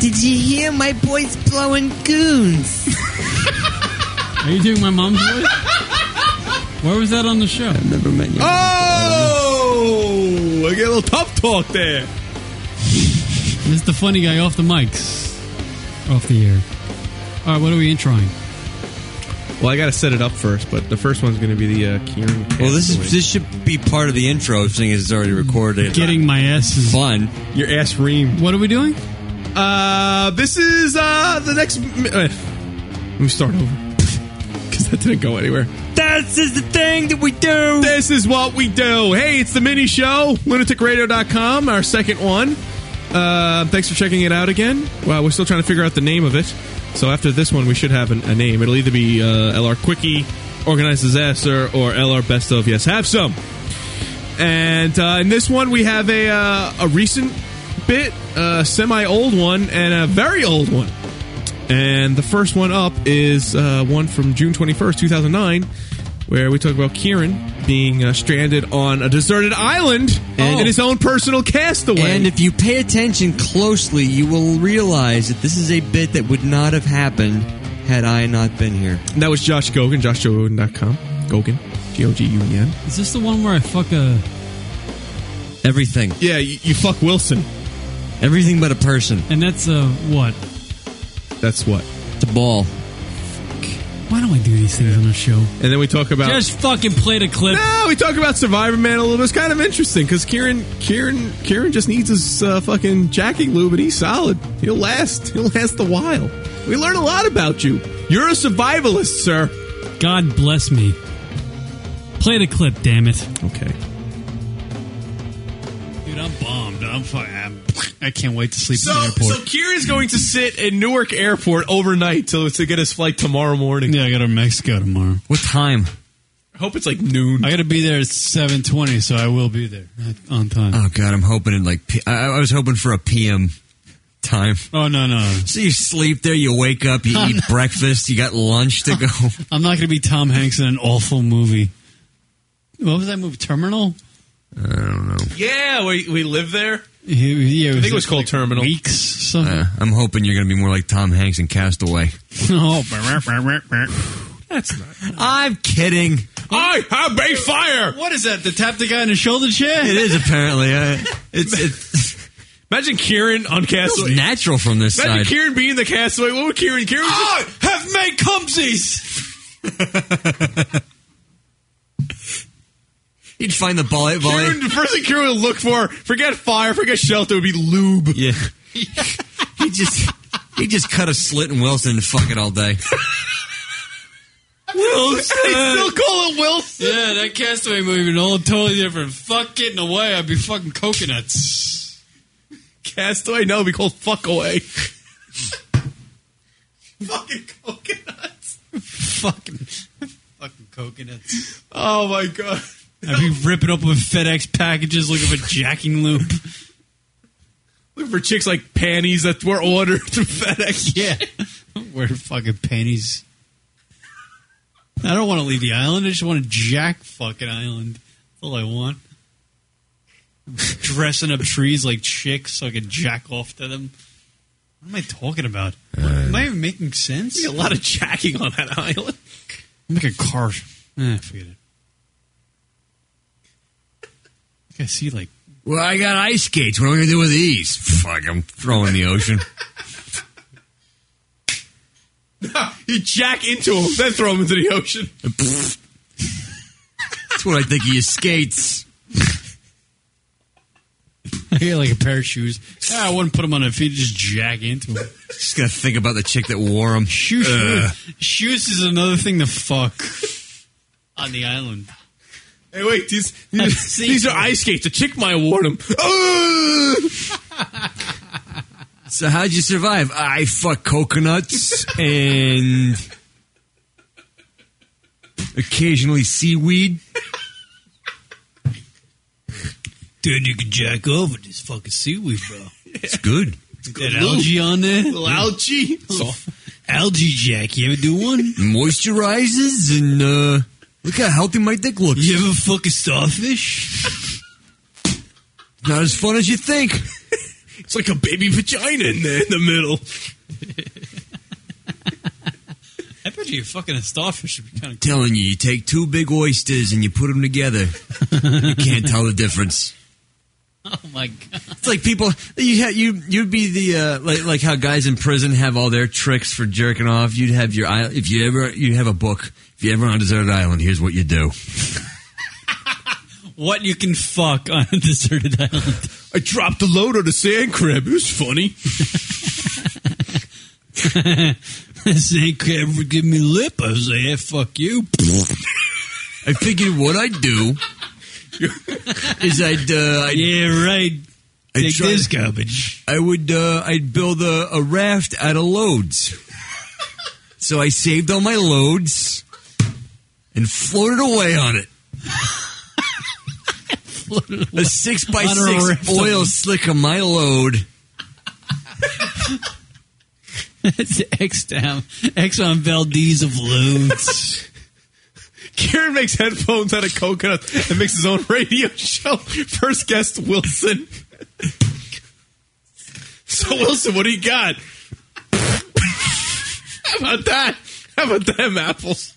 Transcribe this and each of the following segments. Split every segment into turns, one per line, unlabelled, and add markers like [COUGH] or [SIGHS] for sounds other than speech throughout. Did you hear my boys blowing goons?
Are you doing my mom's voice? Where was that on the show? I've
never met you.
Oh, I get a little tough talk there.
This is the funny guy off the mics, off the air. All right, what are we introing?
Well, I got to set it up first, but the first one's going to be the uh, Kieran.
Well, this
Castaway.
is this should be part of the intro, seeing as it's already recorded.
Getting my asses.
fun.
your ass ream.
What are we doing?
Uh, this is uh the next. mi- Uh, let me start over [LAUGHS] because that didn't go anywhere.
This is the thing that we do.
This is what we do. Hey, it's the mini show, lunaticradio.com, our second one. Uh, thanks for checking it out again. Well, we're still trying to figure out the name of it. So after this one, we should have an, a name. It'll either be uh, LR Quickie, Organized Disaster, or LR Best of Yes Have Some. And uh, in this one, we have a, uh, a recent bit, a semi old one, and a very old one. And the first one up is uh, one from June 21st, 2009, where we talk about Kieran being uh, stranded on a deserted island
And-
in his own personal castaway.
And if you pay attention closely, you will realize that this is a bit that would not have happened had I not been here.
And that was Josh Gogan, joshgogan.com. Gogan, G O G U E N.
Is this the one where I fuck a?
Everything.
Yeah, you, you fuck Wilson.
Everything but a person.
And that's a what?
That's what.
It's a ball.
Why do I do these things on the show?
And then we talk about.
Just fucking play the clip.
no, we talk about Survivor Man a little bit. It's kind of interesting because Kieran, Kieran, Kieran just needs his uh, fucking jacking lube, and he's solid. He'll last. [LAUGHS] He'll last a while. We learn a lot about you. You're a survivalist, sir.
God bless me. Play the clip, damn it.
Okay.
Dude, I'm bombed. I'm fucking. I'm, I can't wait to sleep
So, so Kieran's going to sit in Newark Airport overnight till to get his flight tomorrow morning.
yeah, I got to Mexico tomorrow.
What time?
I hope it's like noon.
I got to be there at seven twenty, so I will be there at- on time.
Uh.
Oh God, I'm hoping in like P- I, I was hoping for a PM time.
oh no, no,
So you sleep there, you wake up, [LAUGHS] you eat breakfast, you got lunch to go.
I'm not going to be Tom Hanks in an awful movie. What was that movie? Terminal.
I don't know.
yeah, we we live there.
He- yeah,
I think it was called Terminal.
Weeks. Something. [LAUGHS]
Uh, I'm hoping you're going to be more like Tom Hanks in Castaway.
oh,
I'm kidding.
I have a fire.
what is that? The tap the guy in the shoulder
It
chair.
is apparently. Uh, it's it's
Imagine Kieran on
it's
Castaway.
[LAUGHS] natural from this
Imagine
side.
Kieran being the Castaway. What would Kieran? Kieran.
I
Just,
have made cumsies.
You'd find the bullet
Kieran,
volley.
the first thing Kieran would look for, forget fire, forget shelter, would be lube. [LAUGHS]
Yeah. [LAUGHS] he just he just cut a slit in Wilson and fuck it all day.
They still call it Wilson.
Yeah, that Castaway movie, an all totally different. Fuck getting away, I'd be fucking coconuts.
Castaway? No, it'd be called fuck away. [LAUGHS] Fucking coconuts.
Fucking, fucking coconuts.
Oh my god.
I'd be ripping up with FedEx packages looking for jacking loop.
Looking for chicks like panties that were ordered through FedEx.
Yeah, [LAUGHS] wear fucking panties. I don't want to leave the island. I just want to jack fucking island. That's all I want. [LAUGHS] Dressing up trees like chicks so I can jack off to them. What am I talking about? am I even making sense?
A lot of jacking on that island.
Make a car. Eh, forget it. I see like [LAUGHS]
Well, I got ice skates. What am I going to do with these? Fuck, I'm throwing in the ocean.
You jack into them, then throw them into the ocean.
Pfft. That's what I think of your skates.
I got like a pair of shoes. Ah, I wouldn't put them on their feet. Just jack into them.
Just gotta think about the chick that wore them.
Shoe shoes. Shoes is another thing to fuck on the [LAUGHS] island.
Hey, wait, these
I've
these,
seen
these are
them.
ice skates. A chick might wore them. Ugh!
So how'd you survive? I fuck
[LAUGHS]
coconuts and occasionally seaweed.
Dude, you can jack over this fucking seaweed, [LAUGHS] bro.
It's good.
That algae on there.
Little algae.
[LAUGHS] Algae jack. You ever do one?
Moisturizes and uh look how healthy my dick looks.
[LAUGHS] You ever fuck a starfish?
Not as fun as you think.
It's like a baby vagina in there in the middle.
I bet you fucking a starfish would be kind of cool.
telling you, you take two big oysters and you put them together. you can't tell the difference.
Oh my god!
It's like people you ha- you you'd be the uh, like like how guys in prison have all their tricks for jerking off. You'd have your isl- if you ever you have a book. If you ever on a deserted island, here's what you do.
What you can fuck on a [LAUGHS] deserted [LAUGHS] island?
I dropped the load on a sand crab. It was funny.
Sand crab would give me lip. I was like, yeah, fuck you.
I figured what I'd do is I'd uh, I'd
yeah, right.
I
Take
tried-
this garbage.
I would uh, I'd build a, a raft out of loads. so I saved all my loads and floated away on
[LAUGHS]
it. a six by
On a raft
six
of
oil
them.
slick of my load.
That's Exxon Exxon Valdez of loads.
Kieran makes headphones out of coconut and makes his own radio show. First guest Wilson. So Wilson, what do you got? How about that? How about them apples?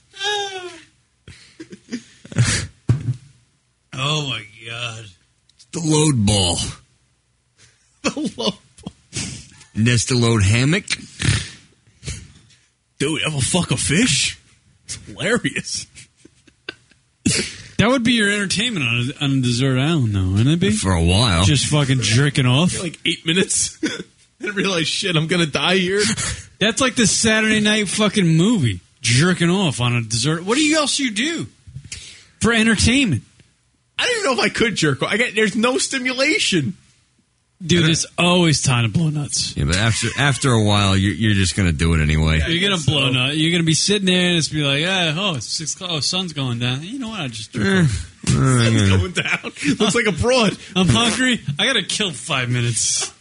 oh my god!
The load ball.
The low.
Nest a load hammock.
Dude, ever fuck a fish? It's hilarious.
That would be your entertainment on a, on a desert island, though, wouldn't it be?
For a while.
Just fucking jerking off.
Like eight minutes. I realize shit, I'm gonna die here.
That's like the Saturday night fucking movie. Jerking off on a dessert. What do you else you do for entertainment?
I don't even know if I could jerk off. I got there's no stimulation.
Dude, there's always time to blow nuts.
yeah, but after after a while, you're, you're just gonna do it anyway.
You're gonna blow nut. You're gonna be sitting there and it's be like, ah, oh, it's six o'clock. Oh, sun's going down. You know what? I just,
Eh,
It's going down. Looks like a broad.
I'm hungry. I gotta kill five minutes.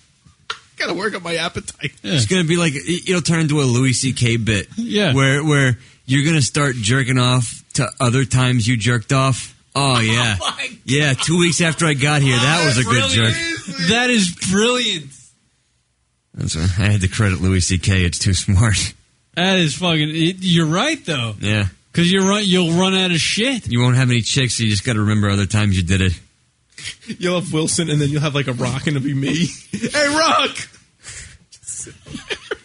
Gotta work on my appetite.
It's gonna be like it- it'll turn into a Louis C.K. bit.
Yeah.
where where you're gonna start jerking off to other times you jerked off.
[LAUGHS]
Oh yeah,
my Oh,
yeah. Two weeks after I got here, that was a good jerk.
That is brilliant.
That's right. I had to credit Louis C.K. It's too smart. [LAUGHS]
That is fucking. It, you're right though,
Yeah,
because you're run. You'll run out of shit.
you won't have any chicks, so you just got to remember other times you did it.
You'll have Wilson, and then you'll have like a rock, and it'll be me. [LAUGHS] hey, rock! [LAUGHS]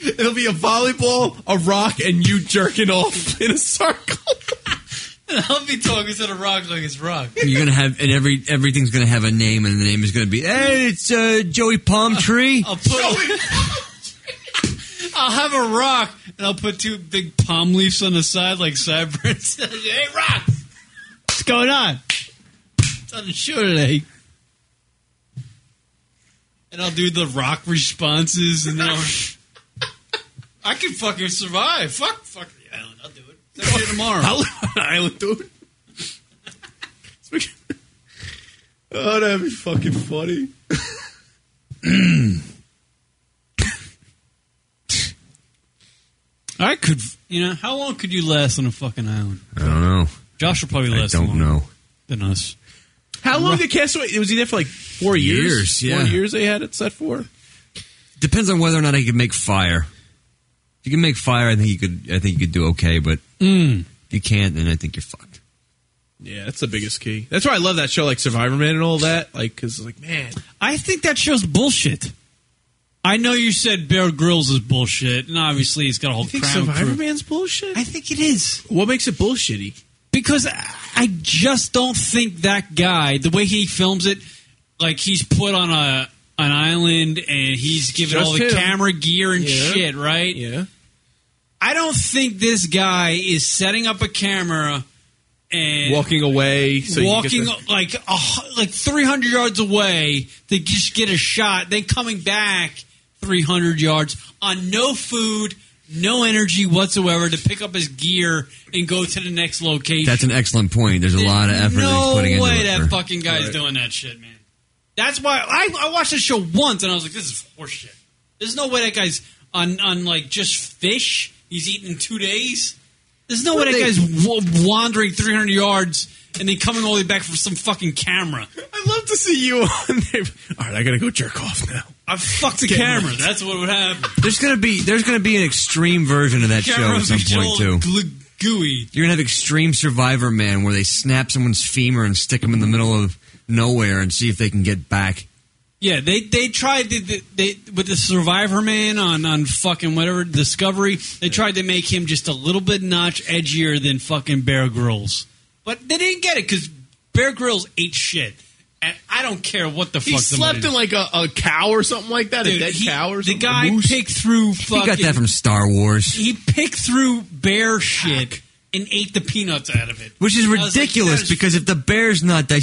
it'll be a volleyball, a rock, and you jerking off [LAUGHS] in a circle.
And [LAUGHS] I'll be talking to the rock like it's rock.
You're gonna have, and every everything's gonna have a name, and the name is gonna be, hey, it's uh, Joey Palm
[LAUGHS]
Tree.
I'll put. [LAUGHS] I'll have a rock and I'll put two big palm leaves on the side like sideburns. [LAUGHS] hey, rock! What's going on? It's on the show today. And I'll do the rock responses and then I'll, [LAUGHS] I can fucking survive. Fuck, fuck the island. I'll do it. I'll do it tomorrow.
I'll live on an [LAUGHS]
[LAUGHS]
island, dude. Speaking- Oh, that'd be fucking funny.
I could, you know, how long could you last on a fucking island?
I don't know.
Josh will probably
I
last
don't
longer
know.
than us.
How long did Castaway? Was he there for like four
Years,
years?
yeah.
Four years they had it set for?
Depends on whether or not I can make fire. If you can make fire, I think you could. I think you could do okay. But
Hmm.
if you can't, then I think you're fucked.
Yeah, that's the biggest key. That's why I love that show, like Survivor Man and all that. Like, because like, man,
I think that show's bullshit. I know you said Bear Grylls is bullshit, and obviously he's got a whole
you think
crown
Survivor
crew.
Man's bullshit?
I think it is
what makes it bullshitty?
because I- I just don't think that guy, the way he films it, like he's put on a an island and he's given all
Just
the
him.
camera gear and
Yeah.
shit, right?
Yeah,
I don't think this guy is setting up a camera and
walking away, so you
walking
Get
like a hu- like 300 yards away to just get a shot, then coming back 300 yards on no food, no energy whatsoever to pick up his gear and go to the next location.
That's an excellent point. There's a lot of effort that
no
he's putting
way
into it.
that
for-
fucking guy's
Right.
doing that shit, man. That's why I, I watched this show once and I was like, this is horseshit. There's no way that guy's on on like just fish. He's eating two days. There's no way that guy's w- wandering 300 yards and then coming all the way back for some fucking camera.
I'd love to see you [LAUGHS] on there. All right, I gotta go jerk off now.
I fucked the
Get
camera.
it.
That's what would happen.
There's gonna be there's gonna be an extreme version of that show
Camera
at
would
some
be
point
all
too.
glu- gooey.
You're gonna have Extreme Survivor Man, where they snap someone's femur and stick them in the middle of nowhere and see if they can get back.
Yeah, they they tried to, they, they with the Survivor Man on on fucking whatever Discovery. They tried to make him just a little bit notch edgier than fucking Bear Grylls, but they didn't get it because Bear Grylls ate shit. And I don't care what the
He
fuck.
slept in like a, a cow or something like that, a
Dude,
dead
he-
cow or
the
something.
guy
a moose.
picked through fucking.
He got that from Star Wars,
he picked through bear shit and ate the peanuts out of it,
which is
I was like,
ridiculous
that is-
because if the bear's not dig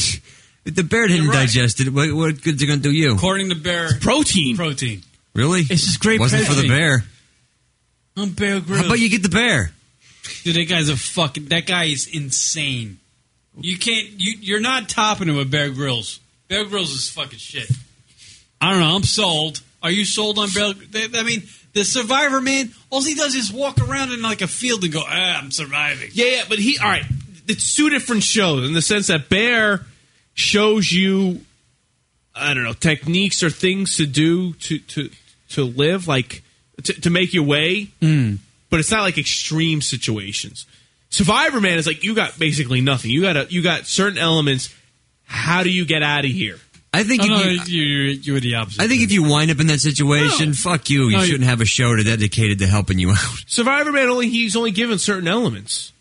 if the bear didn't
You're right.
digest it, what, what good's it gonna do you?
according to Bear
protein.
protein,
Really?
It's just great
Wasn't for the
protein.
bear.
I'm Bear Grylls.
How about you get the bear?
Dude, that guy's a fucking. That guy is insane. You can't. You you're not topping him with Bear Grylls. Bear Grylls is fucking shit. I don't know. I'm sold. Are you sold on Bear? I mean, the Survivor man. All he does is walk around in like a field and go, ah, "I'm surviving."
Yeah, yeah, but he. All right, it's two different shows in the sense that Bear shows you, I don't know, techniques or things to do to to to live like to, to make your way. But it's not like extreme situations. Survivor Man is like you got basically nothing. You got a, you got certain elements. How do you get out of here?
I think
Oh,
if
no,
you,
you, you were the opposite.
I think if you wind up in that situation, fuck you. You
No, you-
shouldn't have a show to dedicated to helping you out.
Survivor Man only he's only given certain elements.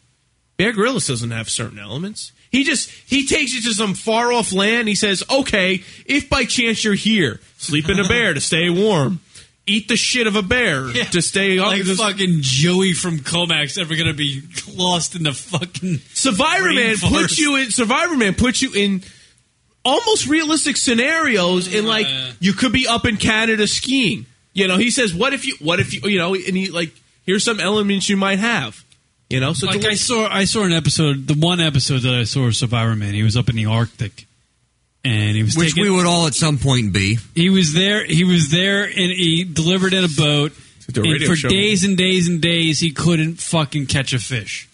Bear Grylls doesn't have certain elements. He just he takes you to some far off land. He says, "Okay, if by chance you're here, sleep
[LAUGHS]
in a bear to stay warm, eat the shit of a bear
Yeah.
to stay up."
like
Just-
fucking Joey from Comax ever gonna be lost in the fucking
Survivor Man
Rainforest.
puts you in. Survivor Man puts you in almost realistic scenarios. In like
Yeah.
you could be up in Canada skiing. You know, he says, "What if you? What if you? You know?" And he like, "Here's some elements you might have." You know, so
like
to-
I saw I saw an episode the one episode that I saw of Survivor Man he was up in the Arctic and he was
Which
taking,
we would all at some point be.
he was there he was there and he delivered in a boat
like the
and
radio
for
show.
days and days and days he couldn't fucking catch a fish.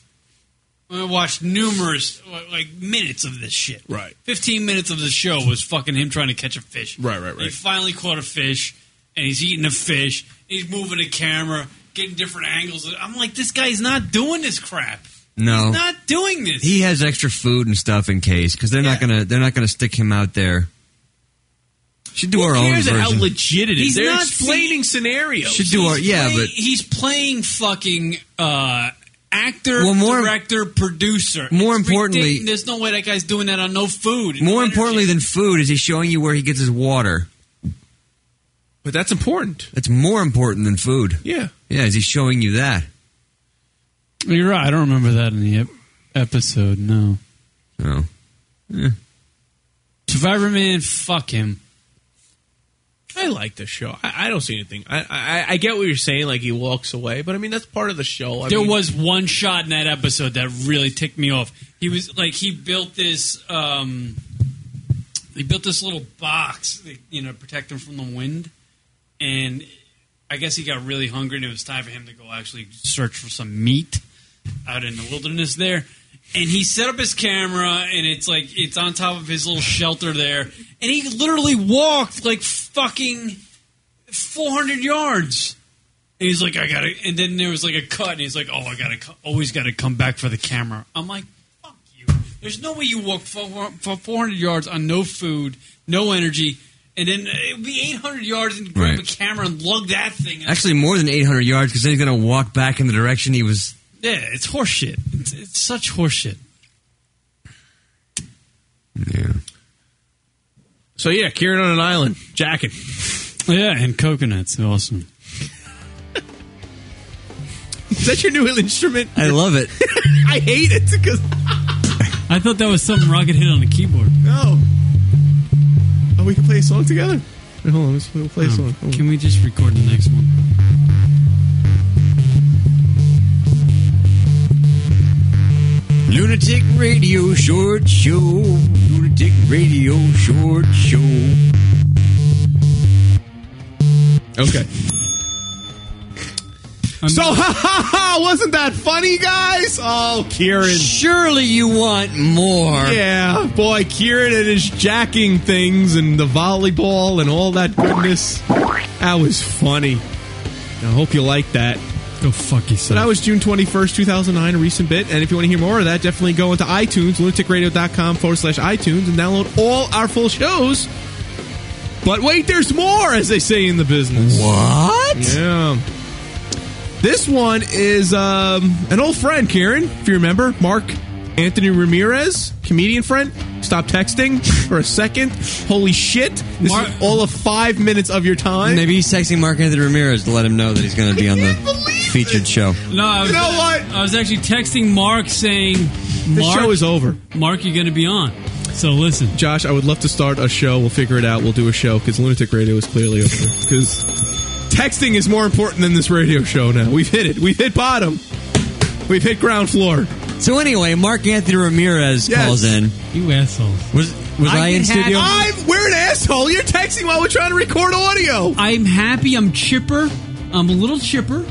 I watched numerous like minutes of this shit.
Right.
Fifteen minutes of the show was fucking him trying to catch a fish.
Right, right, right.
He finally caught a fish and he's eating a fish. He's moving the camera, getting different angles. I'm like, this guy's not doing this crap.
No,
He's not doing this.
he has extra food and stuff in case because they're not gonna they're not gonna stick him out there. Should do our
Who
own
cares
version.
how legit it is?
He's
They're
not
explaining scenarios.
Should do our yeah,
Play-
but
he's playing fucking uh, actor,
Well, more-
director, producer.
more
It's
importantly-
ridiculous. there's no way that guy's doing that on no food. and no
more
energy.
importantly than food is he showing you where he gets his water.
but that's important.
That's more important than food.
Yeah.
Yeah, is he showing you that?
you're right. I don't remember that in the ep- episode. No,
No.
Survivor Man, fuck him.
I like the show. I, I don't see anything. I, I I get what you're saying. Like he walks away, but I mean that's part of the show. I
there
mean,
was one shot in that episode that really ticked me off. He was like he built this um he built this little box, you know, to protect him from the wind. And I guess he got really hungry and it was time for him to go actually search for some meat out in the wilderness there. And he set up his camera and it's like it's on top of his little shelter there. And he literally walked like fucking 400 yards. And he's like, I gotta. And then there was like a cut, and he's like, Oh, I gotta, co- always gotta come back for the camera. I'm like, Fuck you. There's no way you walk for, for 400 yards on no food, no energy, and then it would be 800 yards and grab
Right.
a camera and lug that thing.
Actually, more than 800 yards because then he's going to walk back in the direction he was.
yeah, it's horseshit. It's, it's such horseshit.
Yeah.
so yeah, Kieran on an island, jacket.
Yeah, and coconuts, awesome.
Is that your new instrument?
I love it.
I hate it because
I thought that was something Rocket hit on the keyboard.
no. Oh, we can play a song together. Oh. Wait, hold on, let's we'll play a song. Hold on.
Can we just record the next one?
[LAUGHS] Lunatic Radio Short Show. Lunatic Radio Short Show.
Okay. so, [LAUGHS] ha ha ha, wasn't that funny, guys? Oh, Kieran.
Surely you want more.
Yeah, boy, Kieran and his jacking things and the volleyball and all that goodness. That was funny. I hope you like that.
Go fuck
So that
yourself.
was June 21st, 2009, a recent bit. And if you want to hear more of that, definitely go into iTunes, lunaticradio.com forward slash iTunes, and download all our full shows. But wait, there's more, as they say in the business.
What?
Yeah. This one is um, an old friend, Karen, if you remember, Mark Anthony Ramirez, comedian friend. Stop texting for a second. Holy shit. This
Mar-
is all of five minutes of your time.
Maybe he's texting Mark Anthony Ramirez to let him know that he's going to be on the featured show.
No, I was,
You know what?
I was actually texting Mark saying,
the
Mark,
show is over.
Mark, you're going to be on. So listen.
Josh, I would love to start a show. We'll figure it out. We'll do a show because Lunatic Radio is clearly over. Because texting is more important than this radio show now. We've hit it. We've hit bottom. We've hit ground floor.
So anyway, Mark Anthony Ramirez
Yes.
calls in.
You assholes.
Was was I,
I
in
can hack-
studio?
I'm we're an asshole. You're texting while we're trying to record audio.
I'm happy. I'm chipper. I'm a little chipper.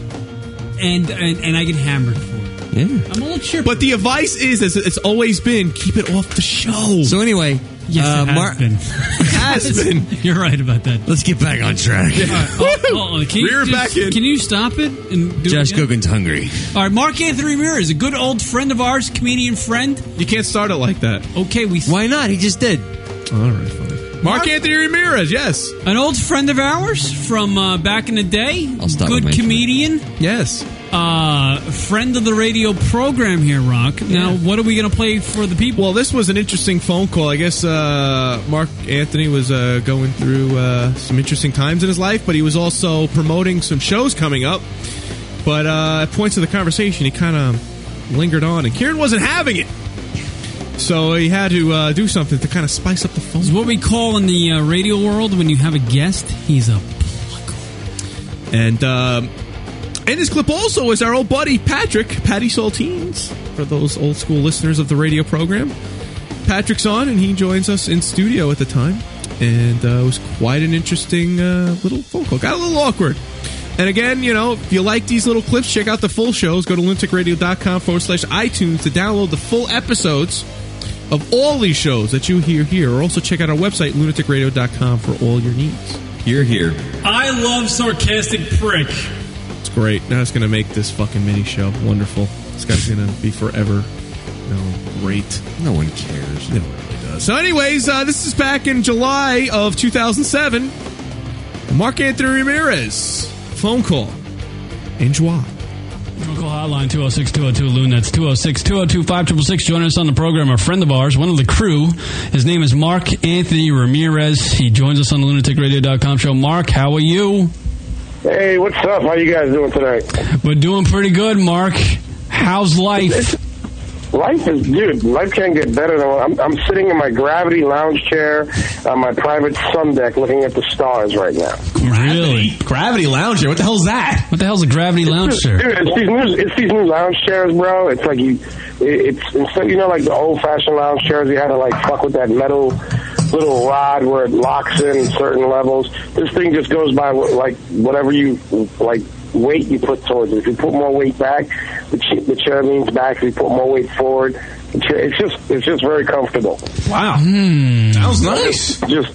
And and, and I get hammered for it.
Yeah.
I'm a little chipper.
But the advice is, as it's always been, keep it off the show.
So anyway,
yes,
uh,
it has
Mar-
[LAUGHS]
been.
has been.
[LAUGHS] You're right about
[LAUGHS]
that.
let's get back on track.
Oh, oh, can you
Rear
just-
back in.
Can you stop it and do
Josh
it again?
Gogan's hungry.
All right, Mark Anthony Ramirez, a good old friend of ours, comedian friend.
You can't start it like that.
Okay, we
Why not? He just did.
All right, fine. Mark, Anthony Ramirez, yes,
an old friend of ours from uh, back in the day.
I'll stop with
good
my-
comedian,
yes.
uh, friend of the radio program here, Rock. Now, what are we going to play for the people?
Well, this was an interesting phone call. I guess uh, Mark Anthony was uh, going through uh, some interesting times in his life, but he was also promoting some shows coming up. But uh, at points of the conversation, he kind of lingered on, and Kieran wasn't having it. So he had to uh, do something to kind of spice up the phone.
It's what we call in the uh, radio world when you have a guest, he's a
And um, in this clip also is our old buddy Patrick, Patty Saltines, for those old school listeners of the radio program. Patrick's on, and he joins us in studio at the time. And uh, it was quite an interesting uh, little phone call. Got a little awkward. And again, you know, if you like these little clips, check out the full shows. Go to lunaticradio.com forward slash iTunes to download the full episodes of all these shows that you hear here. Or also check out our website, lunaticradio.com, for all your needs.
You're here.
I love sarcastic prick.
It's great. Now it's going to make this fucking mini show wonderful. This guy's going to be forever. No, great.
No one cares.
No, it really does. So, anyways, uh, this is back in July of 2007. Mark Anthony Ramirez phone call. Enjoy.
Local hotline 206 202 Loon. That's 206 202 5666. Join us on the program. A friend of ours, one of the crew. His name is Mark Anthony Ramirez. He joins us on the lunaticradio.com show. Mark, how are you?
Hey, what's up? How you guys doing tonight?
We're doing pretty good, Mark. How's life?
Life is, dude. Life can't get better. Than, I'm, I'm sitting in my gravity lounge chair on my private sun deck, looking at the stars right now.
Really?
Gravity Lounger. What the hell's that?
What the hell's a gravity lounge
Dude,
chair?
it's these new, it's these new lounge chairs, bro. It's like you, it, it's instead, you know, like the old fashioned lounge chairs. You had to like fuck with that metal little rod where it locks in certain levels. This thing just goes by what, like whatever you like weight you put towards it. If you put more weight back, the, ch- the chair leans back. If you put more weight forward, the chair, it's just it's just very comfortable.
Wow.
Hmm.
Sounds nice.
Just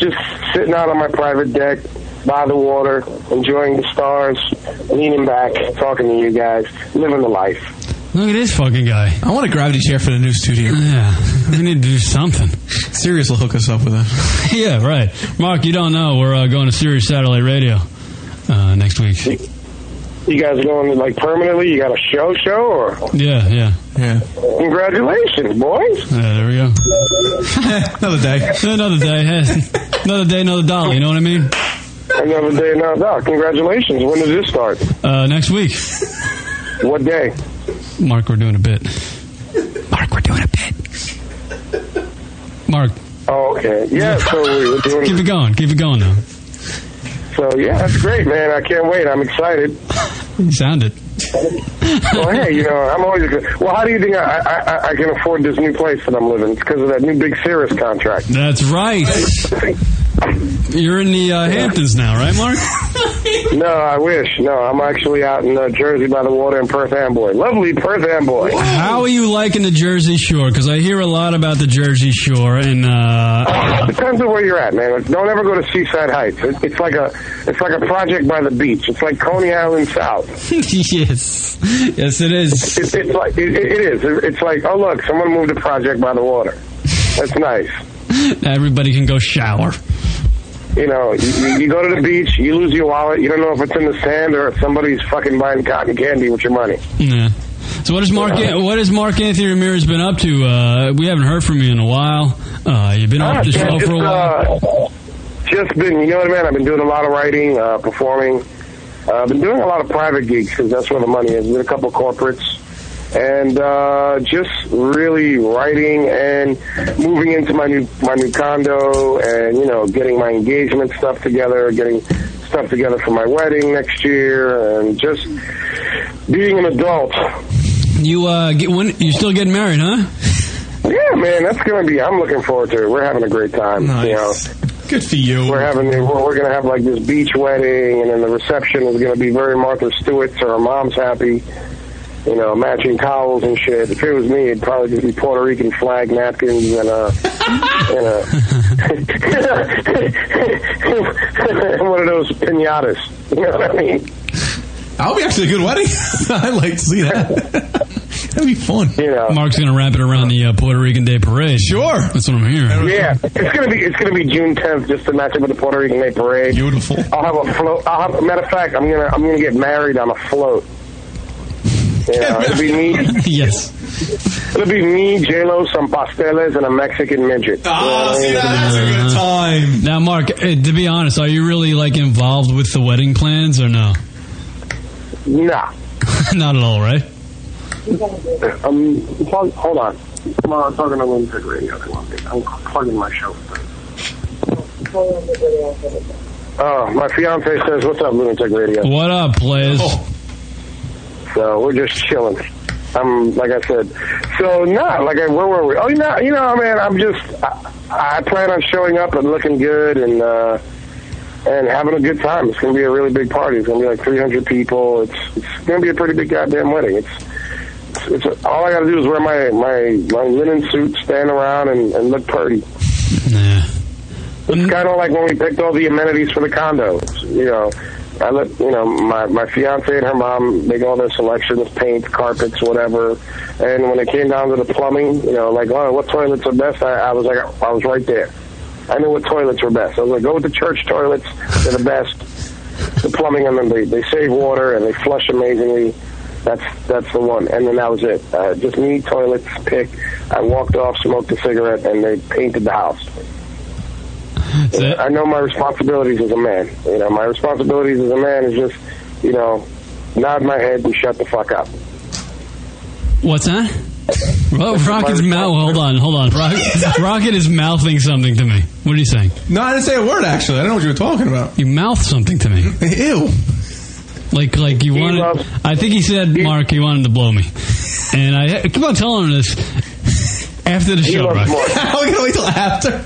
just sitting out on my private deck. By the water, enjoying the stars, leaning back, talking to you guys, living the life.
Look at this fucking guy.
I want a gravity chair for the new studio.
Yeah, we need to do something.
Sirius will hook us up with that.
[LAUGHS] yeah, right. Mark, you don't know. We're uh, going to Sirius Satellite Radio uh, next week.
You guys are going like permanently? You got a show, show, or
Yeah, yeah.
Yeah.
congratulations, boys!
Yeah, there we go.
[LAUGHS] Another day.
[LAUGHS] Another day. Hey, another day, another dollar. You know what I mean?
Another day, another dog. Congratulations. When does this start?
Uh, next week,
What day?
Mark, we're doing a bit. Mark, we're doing a bit. Mark,
Oh, okay. Yeah. So we we're
keep it
doing.
going. Keep it going, though.
So yeah, that's great, man. I can't wait. I'm excited.
You sound it.
Well, hey, you know, I'm always. ex- Well, how do you think I I, I, I can afford this new place that I'm living? It's because of that new big Cirrus contract.
That's right.
You're in the uh, Hamptons now, right, Mark?
No, I wish. No, I'm actually out in uh, Jersey by the water in Perth Amboy. Lovely Perth Amboy.
How are you liking the Jersey Shore? Because I hear a lot about the Jersey Shore, and uh, [LAUGHS]
Depends on where you're at, man. Don't ever go to Seaside Heights. It, it's like a it's like a project by the beach. It's like Coney Island South.
yes, yes, it is.
It's, it's like it, it it is. It- It's like oh look, someone moved a project by the water. That's nice.
Everybody can go shower.
You know, you, you- you go to the beach, you lose your wallet. You don't know if it's in the sand or if somebody's fucking buying cotton candy with your money.
Yeah. So what has Mark? What has Mark Anthony Ramirez been up to? Uh, we haven't heard from you in a while. Uh, you've been
Ah,
off the
yeah,
show
just,
for a while.
Uh, just been, you know what, man. I've been doing a lot of writing, uh, performing. Uh, I've been doing a lot of private gigs because that's where the money is. With a couple of corporates, and uh, just really writing and moving into my new my new condo, and you know, getting my engagement stuff together, getting stuff together for my wedding next year, and just being an adult.
You uh, get when you still getting married, huh?
Yeah, man, that's gonna be. I'm looking forward to it. We're having a great time. You know,
Good for you.
we're having we're, we're gonna have like this beach wedding, and then the reception is gonna be very Martha Stewart, so her mom's happy. You know, matching towels and shit. If it was me, it'd probably just be Puerto Rican flag napkins and uh, and uh, [LAUGHS] one of those pinatas. You know what I mean?
That would be actually a good wedding. [LAUGHS] I'd like to see that. [LAUGHS] That'd be fun.
You know.
Mark's gonna wrap it around the uh, Puerto Rican Day Parade.
Sure.
That's what I'm hearing.
Yeah, it's gonna be it's gonna be June 10th, just to match up with the Puerto Rican Day Parade.
Beautiful.
I'll have a float. I'll have, matter of fact, I'm gonna I'm gonna get married on a float. Yeah, it'll be me.
[LAUGHS] yes.
It'll be me, J Lo, some pasteles, and a Mexican midget.
Oh, see, that's a good time.
Now, Mark, eh, to be honest, are you really like involved with the wedding plans or no?
Nah.
[LAUGHS] Not at all, right?
Um, plug, hold on. Come on, I'm talking to Lunatic Radio. Come on, I'm plugging my show. Oh, my fiance says, "What's up, Lunatic Radio?"
What up, players?
So we're just chilling. I'm like I said. So not like I, where were we? Oh, you know, you know, man. I'm just I, I plan on showing up and looking good and uh, and having a good time. It's gonna be a really big party. It's gonna be like 300 people. It's it's gonna be a pretty big goddamn wedding. It's it's, it's all I gotta do is wear my my my linen suit, stand around and, and look pretty.
Nah.
It's kind of like when we picked all the amenities for the condo. You know, I let you know my my fiance and her mom make all their selections, paint, carpets, whatever. And when it came down to the plumbing, you know, like oh, what toilets are best? I, I was like, I was right there. I knew what toilets were best. I was like, go with the church toilets; they're the best. The plumbing on them, they, they save water and they flush amazingly. That's that's the one. And then that was it. Uh, just me, toilets, pick. I walked off, smoked a cigarette, and they painted the house.
That's it.
I know my responsibilities as a man. You know, my responsibilities as a man is just, you know, nod my head and shut the fuck up.
What's that? Well, Rocket's mouth. Hold on, hold on. [LAUGHS] Rock, Rocket is mouthing something to me. What are you saying?
No, I didn't say a word, actually. I don't know what you were talking about.
You mouth something to me.
Ew.
Like, like you
He
wanted.
loves-
I think he said, Mark, he wanted to blow me. And I eh, keep on telling him this after the
He
show, Rocket.
loves
[LAUGHS]
more.
How we gonna wait till after?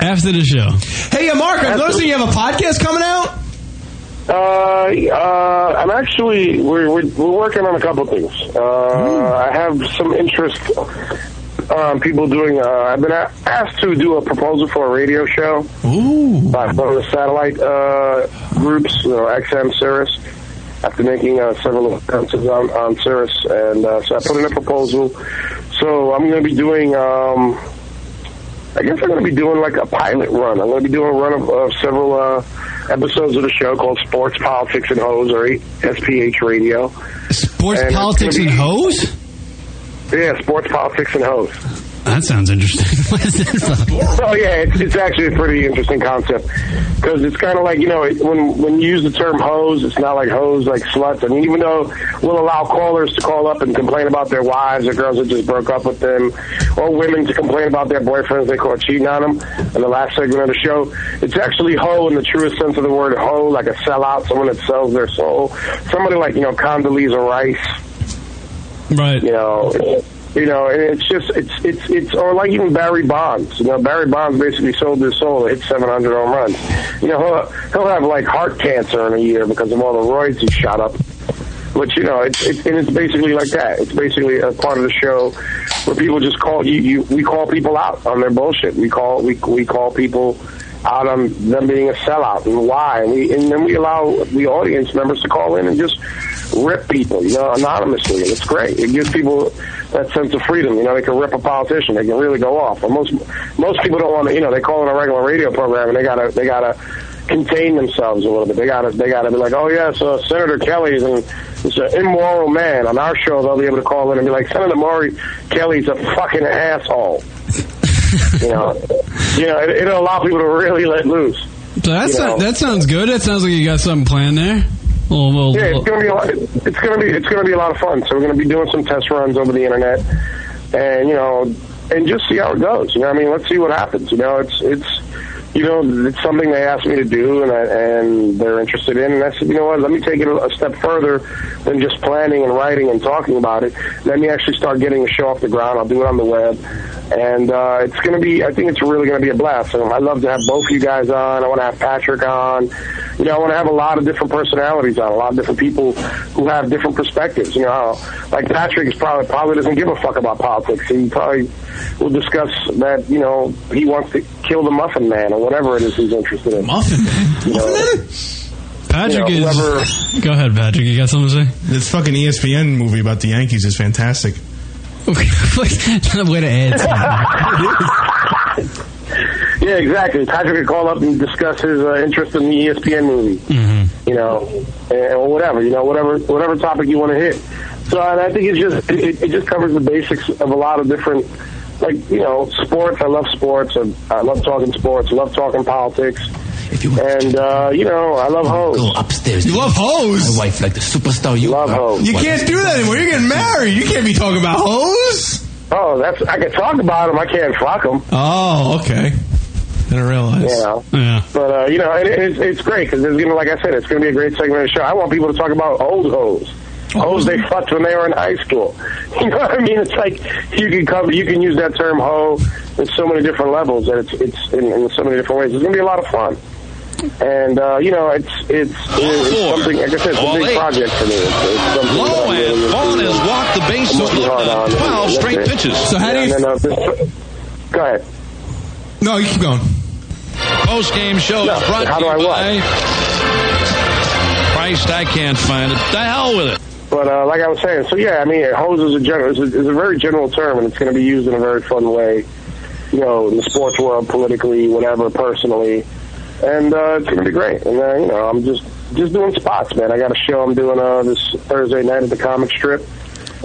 After the show.
Hey, uh, Mark, I'm noticing you have a podcast coming out.
Uh, uh, I'm actually we're, we're we're working on a couple things. Uh, I have some interest. Um, people doing. Uh, I've been a- asked to do a proposal for a radio show.
Ooh.
by one of the satellite uh, groups, you know, XM Cirrus, after making uh, several appearances on, on Cirrus. And uh, so I put in a proposal. So I'm going to be doing, um, I guess I'm going to be doing like a pilot run. I'm going to be doing a run of, of several uh, episodes of the show called Sports, Politics, and Hose, or E SPH Radio.
Sports,
And it's
politics, and
gonna be-
hose?
Yeah, Sports, Politics, and Hose.
That sounds interesting. [LAUGHS] What is that?
Oh yeah, it's, it's actually a pretty interesting concept because it's kind of like you know it- when when you use the term hose, it's not like hose like sluts. I mean, even though we'll allow callers to call up and complain about their wives or girls that just broke up with them, or women to complain about their boyfriends they caught cheating on them. In the last segment of the show, it's actually hoe in the truest sense of the word hoe, like a sellout, someone that sells their soul, somebody like you know Condoleezza Rice
Right.
you know, You know, and it's just it's it's it's or like even Barry Bonds. You know, Barry Bonds basically sold his soul to hit 700 home runs. You know, he'll, he'll have like heart cancer in a year because of all the roids he shot up. But you know, it's it, and it's basically like that. It's basically a part of the show where people just call you. you we call people out on their bullshit. We call we we call people out on them being a sellout and why. And we and then we allow the audience members to call in and just rip people, you know, anonymously. And it's great. It gives people that sense of freedom. You know, they can rip a politician. They can really go off. But most most people don't want to. You know, they call in a regular radio program and they gotta they gotta contain themselves a little bit. They gotta they gotta be like, oh yes, uh, Senator Kelly's an is an immoral man. On our show, they'll be able to call in and be like, Senator Maury Kelly's a fucking asshole. [LAUGHS] you know, you know, it, it'll allow people to really let loose.
So that's
You know.
that sounds good. That sounds like you got something planned there. Well, well,
Yeah,
well-
it's gonna be a lot, it's gonna be it's gonna be a lot of fun. So we're gonna be doing some test runs over the internet, and you know, and just see how it goes. You know, what I mean, let's see what happens. You know, it's it's you know, it's something they asked me to do, and I, and they're interested in. And I said, you know what, let me take it a, a step further than just planning and writing and talking about it. Let me actually start getting the show off the ground. I'll do it on the web, and uh, it's gonna be. I think it's really gonna be a blast. And I love to have both you guys on. I want to have Patrick on you know, I want to have a lot of different personalities on, a lot of different people who have different perspectives. You know, like Patrick is probably probably doesn't give a fuck about politics. He probably will discuss that you know he wants to kill the Muffin Man or whatever it is he's interested in.
Muffin Man.
You know,
Patrick
you know,
is.
whoever-
Go ahead, Patrick. You got something to
[LAUGHS]
say?
This fucking E ESPN movie about the Yankees is fantastic.
Okay. Way to add something.
yeah, exactly. Patrick could call up and discuss his uh, interest in the ESPN movie. You know, and- or whatever. You know, whatever whatever topic you want to hit. So and I think it just it, it just covers the basics of a lot of different like you know sports. I love sports. I, I love talking sports. I love talking politics. And uh, you know, I love hoes.
upstairs.
You love
Oh,
hoes.
wife like the superstar you
Love hoes.
You can't do that anymore. You're getting married. You can't be talking about hoes.
Oh, that's I can talk about them. I can't fuck them.
Oh, okay. Didn't realize.
You know.
Yeah.
But uh, you know, and it, it's it's great because it's gonna, like I said, it's gonna be a great segment of the show. I want people to talk about old hoes, hoes they fucked when they were in high school. [LAUGHS] You know what I mean? It's like you can cover, you can use that term hoe in so many different levels, and it's it's in, in so many different ways. It's gonna be a lot of fun. And uh, you know, it's it's, it's something. Like I said, it's a
All
big
eight.
project for me. It's, it's something that
Low
I'm
and
really
Vaughn
into.
has walked the
I'm
bases
working hard on.
with 12 straight
That's it.
pitches.
So how do
Yeah,
you-
and then, uh, this- go ahead.
No, you keep going.
Post game show
No,
is brought
how
to
do
you
I what?
by. Christ, I can't find it. The hell with it.
But uh, like I was saying, so yeah, I mean, hose is a general, is a, is a very general term, and it's going to be used in a very fun way, you know, in the sports world, politically, whatever, personally, and uh, it's going to be great. And uh, you know, I'm just just doing spots, man. I got a show I'm doing uh, this Thursday night at the Comic Strip.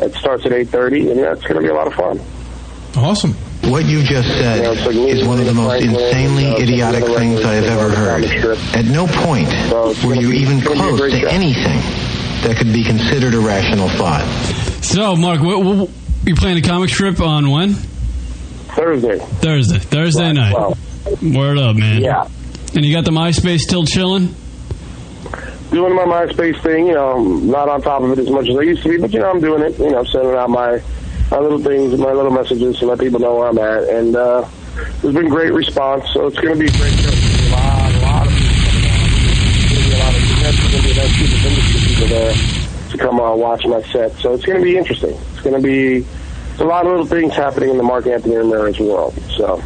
It starts at 8:30, and yeah, it's going to be a lot of fun.
Awesome.
What you just said
Yeah, it's like me
is one of the
and
most
Franklin,
insanely
uh,
idiotic
the
things I have ever heard.
Strip.
At no point
So it's
were
gonna
you
be-
even
it's gonna be a
close
great
to
show.
anything that could be considered a rational thought.
So, Mark, what, what, you playing a comic strip on when?
Thursday.
Thursday. Thursday
Right,
night.
well.
Word up, man.
Yeah.
And you got the MySpace still chilling?
doing my MySpace thing. You know, I'm not on top of it as much as I used to be, but you know, I'm doing it. You know, sending out my my little things, my little messages to let people know where I'm at, and uh, there's been great response. So it's going to be a great show. There's gonna be A lot, a lot of people. There's gonna be a lot of events, there's gonna be events, people's industry people there to come uh, watch my set. So it's going to be interesting. It's going to be there's a lot of little things happening in the Mark Anthony Ramirez world. So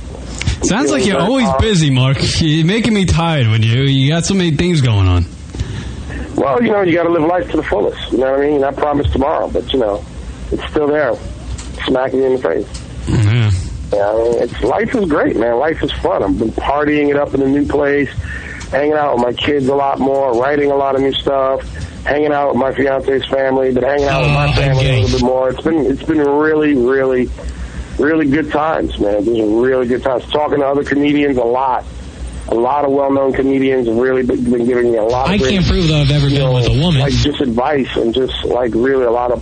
Sounds like you're
Yeah,
always
uh,
busy, Mark. You're making me tired with you. You got so many things going on.
Well, you know, you got to live life to the fullest. You know what I mean? I promise tomorrow, but you know, it's still there, smacking you in the face.
Yeah.
You know, I mean, it's life is great, man. Life is fun. I've been partying it up in a new place, hanging out with my kids a lot more, writing a lot of new stuff, hanging out with my fiance's family, but hanging out with
Oh,
my family a little bit more. It's been it's been really, really, really good times, man. Just really good times. Talking to other comedians a lot. A lot of well-known comedians have really been been giving me a lot. Of
I
great
can't prove that I've ever been with a woman.
like just advice and just like really a lot of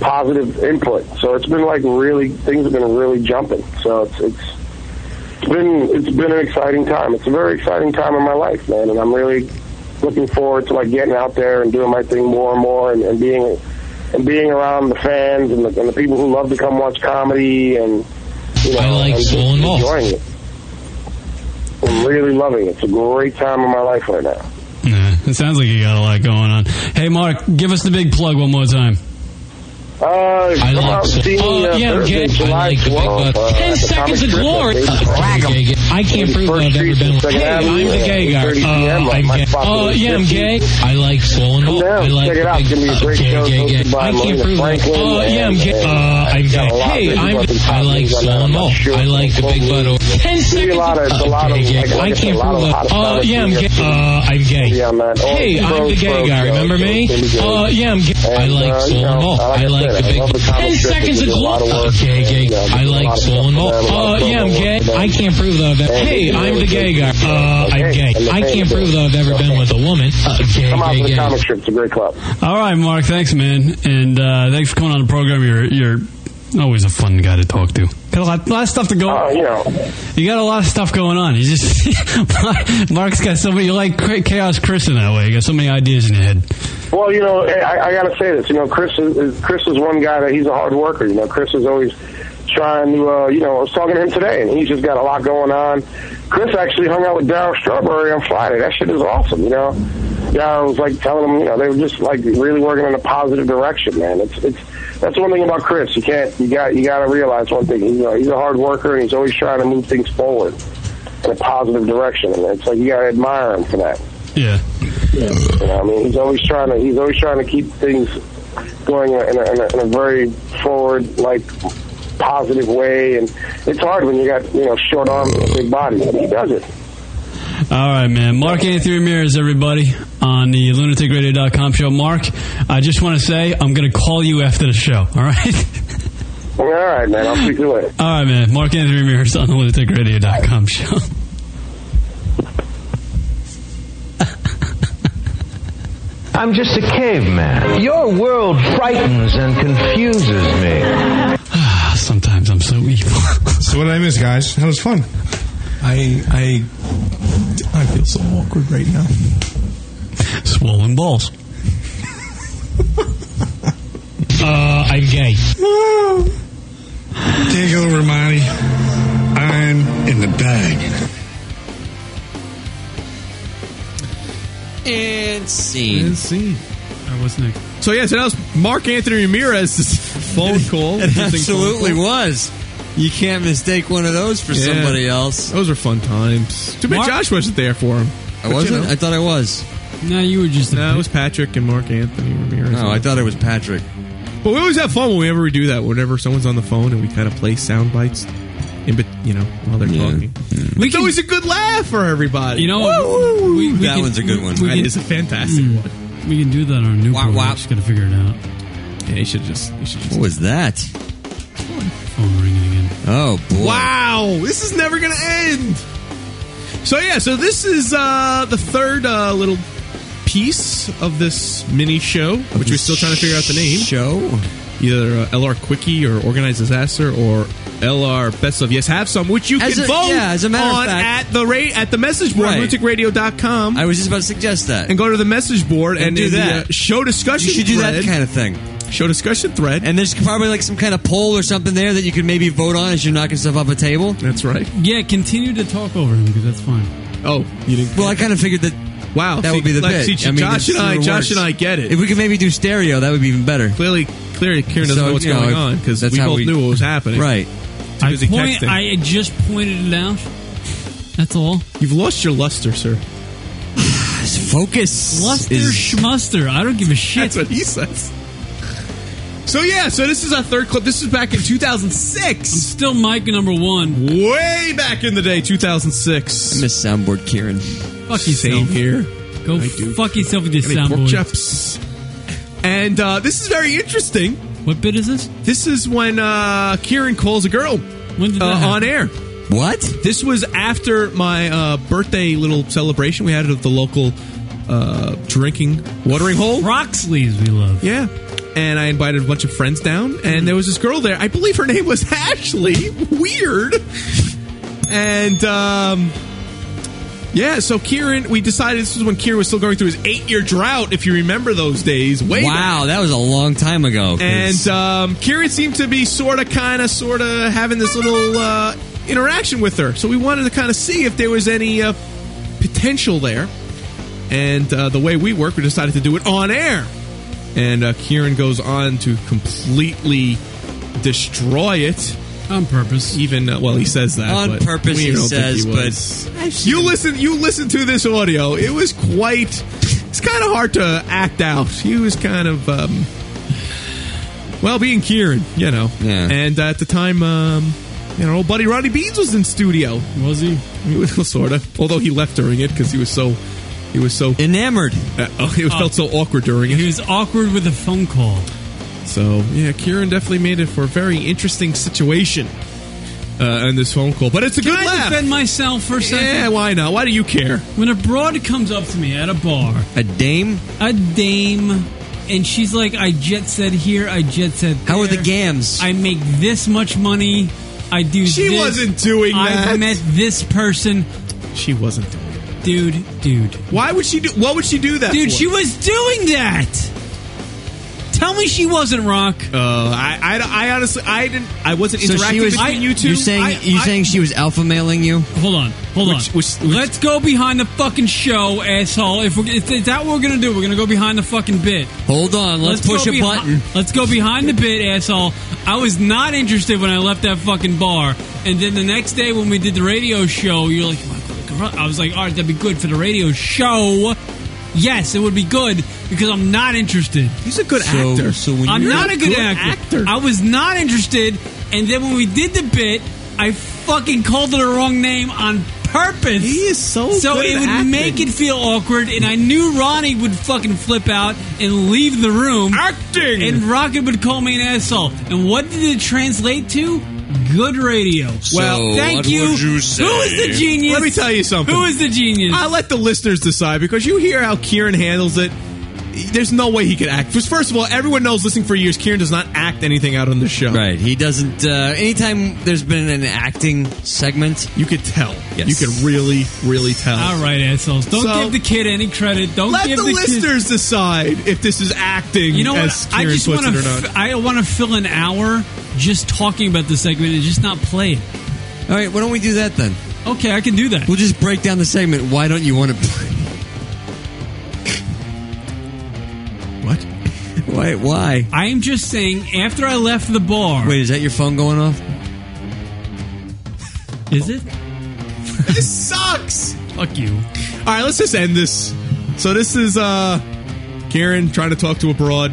positive input. So it's been like really things have been really jumping. So it's it's it's been it's been an exciting time. It's a very exciting time in my life, man, and I'm really looking forward to like getting out there and doing my thing more and more and, and being and being around the fans and the, and the people who love to come watch comedy and you know,
I like
and just
Swollen Malt.
enjoying it. I'm really loving it. It's a great time in my life right now.
Nah, it sounds like you got a lot going on. Hey, Mark, give us the big plug one more time.
Uh, come
like
out and see me,
Oh,
uh,
yeah, okay.
Thursday,
I
July
like the big
12th,
bucks.
uh,
Ten
at the Comic
seconds of
Strip on
glory.
Basin
Oh,
Street.
I'm gay. I can't prove I've ever been with.
Second
Hey, I'm
Avenue,
the gay guy.
8:30
Uh,
p.m.
I'm
My
gay.
spot's
Oh, yeah, I'm
50.
gay. I like swollen
Come
balls.
down,
I like
check it out.
the big-
Give me a great
gay,
show
gay,
hosted
gay.
by
I can't
Melina
prove it.
Franklin
Oh, yeah, I'm
and-
gay. Uh, I'm
got
gay.
a lot of
Hey,
big
I'm.
fucking
I like
topics on
swollen
that.
balls. I like the big butt. over- Ten
See
seconds.
a lot of, it's a lot of,
Okay,
like,
gay.
like
I
it's
can't
a lot
prove
of
it.
hot
Oh,
stuff
yeah, I'm gay.
here.
Uh, I'm gay.
Yeah, man. All
Hey, I'm
pros,
the gay
pros,
guy.
pros,
Remember
pros,
me?
really good.
Oh, yeah, I'm gay. I
And,
like
uh, you
swollen
know,
balls. I like the
said,
big.
love the
Ten
comic strip.
seconds
They
of
do a lot
glory.
work.
Okay, gay.
Yeah,
I
there's a lot
like
of
swollen
stuff
balls.
for them, a lot
Oh,
of
yeah, I'm
promo
gay.
work for them.
I can't prove though. That,
And
hey,
it's
I'm
really
the gay guy.
good.
Uh, I'm
Okay.
gay.
And the
I can't
fans
prove
do.
though I've ever been with a woman. Uh, gay,
Come out
gay,
for the
gay.
comic strip. It's a great club.
All right, Mark, thanks, man. And uh, thanks for coming on the program. You're, you're always a fun guy to talk to. Got a lot, lot of stuff to go
Uh, you know,
You got a lot of stuff going on. You just [LAUGHS] Mark's got so many. You like Cra- chaos, Chris, in that way. You got so many ideas in your head.
Well, you know, I, I got to say this. You know, Chris is is- Chris is one guy that he's a hard worker. You know, Chris is always trying to. Uh, you know, I was talking to him today, and he's just got a lot going on. Chris actually hung out with Daryl Strawberry on Friday. That shit is awesome. You know, Daryl was like telling him, you know, they were just like really working in a positive direction, man. It's it's that's one thing about Chris. You can't you got you got to realize one thing. You know, he's a hard worker, and he's always trying to move things forward in a positive direction. And it's like you got to admire him for that.
Yeah.
You know, I mean, he's always trying to he's always trying to keep things going in a, in a, in a, in a very forward, like positive way. And it's hard when you got you know short arms and a big body. But he does it.
All right, man. Mark Anthony Ramirez, everybody, on the lunaticradio.com show. Mark, I just want to say I'm going to call you after the show. All right. [LAUGHS]
All right, man. I'll speak to you later.
All right, man. Mark Anthony Ramirez on the lunaticradio.com show.
[LAUGHS] I'm just a caveman. Your world frightens and confuses me.
[SIGHS] Sometimes I'm so evil. [LAUGHS]
so what did I miss, guys? That was fun.
I I I feel so awkward right now.
Swollen [LAUGHS] balls.
Uh, I'm gay.
Take over, Monty. I'm in the bag.
And scene. And
scene. what's next? So yeah, so that was Mark Anthony Ramirez's [LAUGHS] phone call.
It absolutely was. You can't mistake one of those for somebody else.
Those are fun times. Too bad
Mark-
Josh wasn't there for him.
I wasn't? I thought I was.
No, you were just.
No, it was Patrick and Mark Anthony Ramirez.
No, Oh, I thought it was Patrick.
But we always have fun whenever we do that. Whenever someone's on the phone and we kind of play sound bites, in bet you know while they're talking. It's always a good laugh for everybody.
You know,
Woo!
we- we
that
can-
one's a good one.
we
That
can-
is a fantastic
Mm.
one.
We can do that on a new
Wop,
program.
wop.
Just got to figure it out.
Yeah, you should just. You should just
What was that?
Phone ringing again.
Oh boy!
Wow, this is never going to end. So yeah, so this is uh, the third uh, little piece of this mini show, which we're still trying to figure out the name.
Show
either uh, LR Quickie or Organized Disaster or LR Best of Yes Have Some, which you
As
can
a-
vote
yeah, as a matter of
on
fact-
at the rate at the message board
Right.
lunaticradio.com.
I was just about to suggest that.
and go to the message board and,
And do
in the,
that.
uh, show discussion.
You should do that
thread-
kind of thing.
Show discussion thread.
And there's probably like some kind of poll or something there that you can maybe vote on as you're knocking stuff off a table.
That's right.
Yeah, continue to talk over him because that's fine.
Oh, you didn't.
Well, I kind of figured that.
Wow,
that
see,
would be the
like,
bit.
see, Josh
that's
and I-
how it
Josh
works.
and I get it.
If we could maybe do stereo, that would be even better.
Clearly, clearly, Kieran doesn't
So,
know what's
you know,
going on because
that's
we
how
both
we-
knew what was happening.
Right.
Too busy
Point,
texting.
I just pointed it out. That's all.
You've lost your luster, sir.
Focus.
Luster
is-
schmuster. I don't give a shit.
That's what he says. So yeah, so this is our third clip. This is back in 2006. I'm
still Mike number one.
Way back in the day, 2006. I
miss soundboard Kieran.
Fuck yourself.
Same here.
Go
I do.
fuck yourself with your
Any pork
soundboard.
chops? And uh, this is very interesting.
What bit is this?
This is when uh, Kieran calls a girl
when did
uh,
that happen?
on air.
What?
This was after my uh, birthday little celebration we had at the local uh, drinking watering hole.
Roxley's we love.
Yeah. And I invited a bunch of friends down, and there was this girl there. I believe her name was [LAUGHS] Ashley. Weird. And um, Yeah, so Kieran, we decided this was when Kieran was still going through his eight-year drought. If you remember those days, way
wow, that was a long time ago. 'cause-
And um, Kieran seemed to be sort of, kind of, sort of having this little uh, interaction with her. So we wanted to kind of see if there was any uh, potential there. And uh, the way we work, we decided to do it on air. And uh, Kieran goes on to completely destroy it.
On purpose,
even uh, well, he says that
On
but
purpose,
we
he
don't think
says,
was.
but
You listen. You listen to this audio. It was quite. It's kind of hard to act out. He was kind of, um, well, being Kieran, you know.
Yeah.
And at the time, um, you know, old buddy Ronnie Beans was in studio.
Was he?
sort of. Although he left during it because he was so, he was so
enamored.
Uh, oh, he felt so awkward during it.
He was awkward with a phone call.
So yeah, Kieran definitely made it for a very interesting situation. Uh, on this phone call, but it's a
Can
good
I
laugh.
defend myself for a second?
yeah, why not? Why do you care?
When a broad comes up to me at a bar,
a dame,
a dame, and she's like, "I jet set here, I jet set." There.
How are the gams?
I make this much money. I do.
She
this.
wasn't doing
I
that.
met this person,
She wasn't.
dude, dude,
Why would she do? What would she do that?
dude.
for?
She was doing that. Tell me she wasn't rock.
Uh, I, I, I honestly, I didn't. I wasn't
So she
interacting
was.
between you two.
You're saying
I-
you
I-
saying she was alpha mailing you?
Hold on, hold
Which-
on. Let's go behind the fucking show, asshole. If, we're, if is that what we're gonna do, we're gonna go behind the fucking bit.
Hold on, let's,
go
push a
behi-
button.
Let's go behind the bit, asshole. I was not interested when I left that fucking bar, and then the next day when we did the radio show, you're like, I was like, all right, that'd be good for the radio show. Yes, it would be good because I'm not interested.
He's a good
So-
actor.
so when
I'm
you're
not a good, actor. I was not interested, and then when we did the bit, I fucking called it the wrong name on purpose.
He is so
So
good
it
at
would
acting.
make it feel awkward, and I knew Ronnie would fucking flip out and leave the room.
Acting!
And Rocket would call me an asshole. And what did it translate to? Good radio.
Well,
thank
what
you.
would you say?
Who is the genius?
Let me tell you something.
Who is the genius?
I let the listeners decide because you hear how Kieran handles it. There's no way he could act. Because First of all, everyone knows listening for years, Kieran does not act anything out on the show.
Right. He doesn't. Uh, anytime there's been an acting segment,
You could tell.
Yes.
You could really, really tell.
All right, assholes. Don't
So-
give the kid any credit. Don't
Let
give
the
the, kid.
listeners decide if this is acting
You know
as
what? I
Kieran
just
puts
want
it
to.
or not.
F- I want to fill an hour just talking about the segment and just not play it.
All right, why don't we do that then?
Okay, I can do that.
We'll just break down the segment. Why don't you want to play? [LAUGHS]
what?
Why? Why?
I am just saying. After I left the bar,
Wait, is that your phone going off?
is it?
this sucks.
Fuck you.
All right, let's just end this. So this is uh Karen trying to talk to a broad,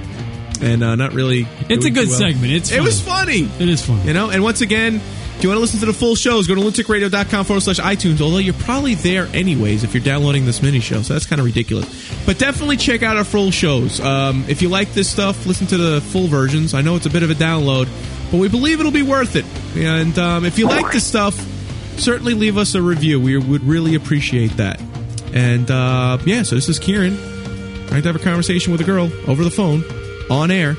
and uh, not really. doing
It's a
too
good
well.
segment. It's
It was funny,
It is fun.
you know. And once again, if you want to listen to the full shows, go to lunaticradio.com forward slash iTunes. Although you're probably there anyways if you're downloading this mini show, so that's kind of ridiculous. But definitely check out our full shows. Um, if you like this stuff, listen to the full versions. I know it's a bit of a download, but we believe it'll be worth it. And um, if you like this stuff certainly leave us a review. We would really appreciate that. And uh, yeah, so this is Kieran. Trying to have a conversation with a girl over the phone, on air.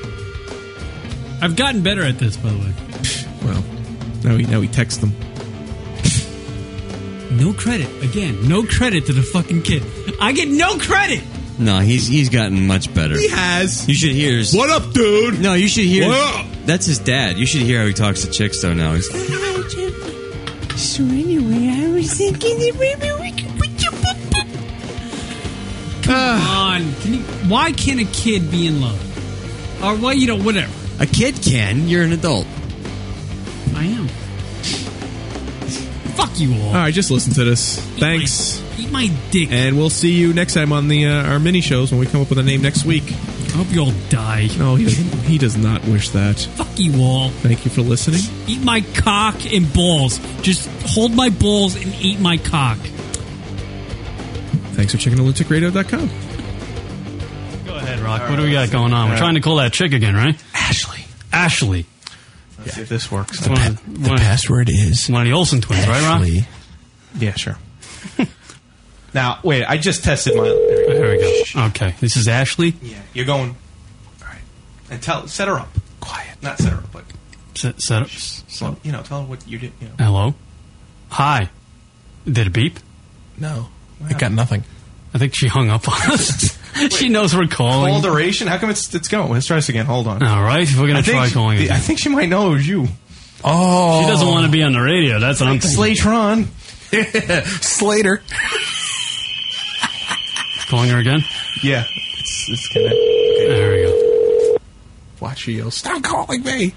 I've gotten better at this, by the way.
Well, now we now we text them.
No credit again. No credit to the fucking kid. I get no
[SIGHS]
credit.
No, he's he's gotten much better.
He has.
You should hear. His,
What up, dude?
No, you should hear.
What?
That's his dad. You should hear how he talks to chicks though. Now he's
So anyway, I was thinking that maybe we could put you
on. Can you, why can't a kid be in love? Or why you know whatever.
a kid. Can you're an adult?
I am. Fuck you all.
All right, just listen to this. Thanks,
Eat my dick.
and we'll see you next time on the uh, our mini shows when we come up with a name next week.
I hope you all die.
No, he doesn't, he does not wish that.
Fuck you all.
Thank you for listening.
Eat my cock and balls. Just hold my balls and eat my cock.
Thanks for checking out lunaticradio.com.
Go ahead, Rock. What do we got going on? We're trying to call that chick again, right?
Ashley,
Ashley.
let's see if this works.
One of the, one of the-
password is
one of the Olsen twins, right, Rock?
Yeah, sure. [LAUGHS] now, wait. I just tested my. There we
There we go. Okay. This is Ashley.
Yeah, you're going. All right, and tell set her up. Quiet, not set her up, but
Set, set up.
slow. You know, tell her what you did. You know.
Hello. Hi. Did it beep?
No,
I got nothing.
I think she hung up on
[LAUGHS]
us. she knows we're calling.
Call duration? How come it's it's going? Let's try this again. Hold on.
All right, we're gonna
I think
try
she-
calling
the-
again.
I think she might know it was you. Oh,
She doesn't want to be on the radio. That's what I'm thinking.
Slatron. [LAUGHS] Slater.
Calling her again?
Yeah. It's, it's gonna. Okay.
There we go.
Watch her yell. Stop calling me.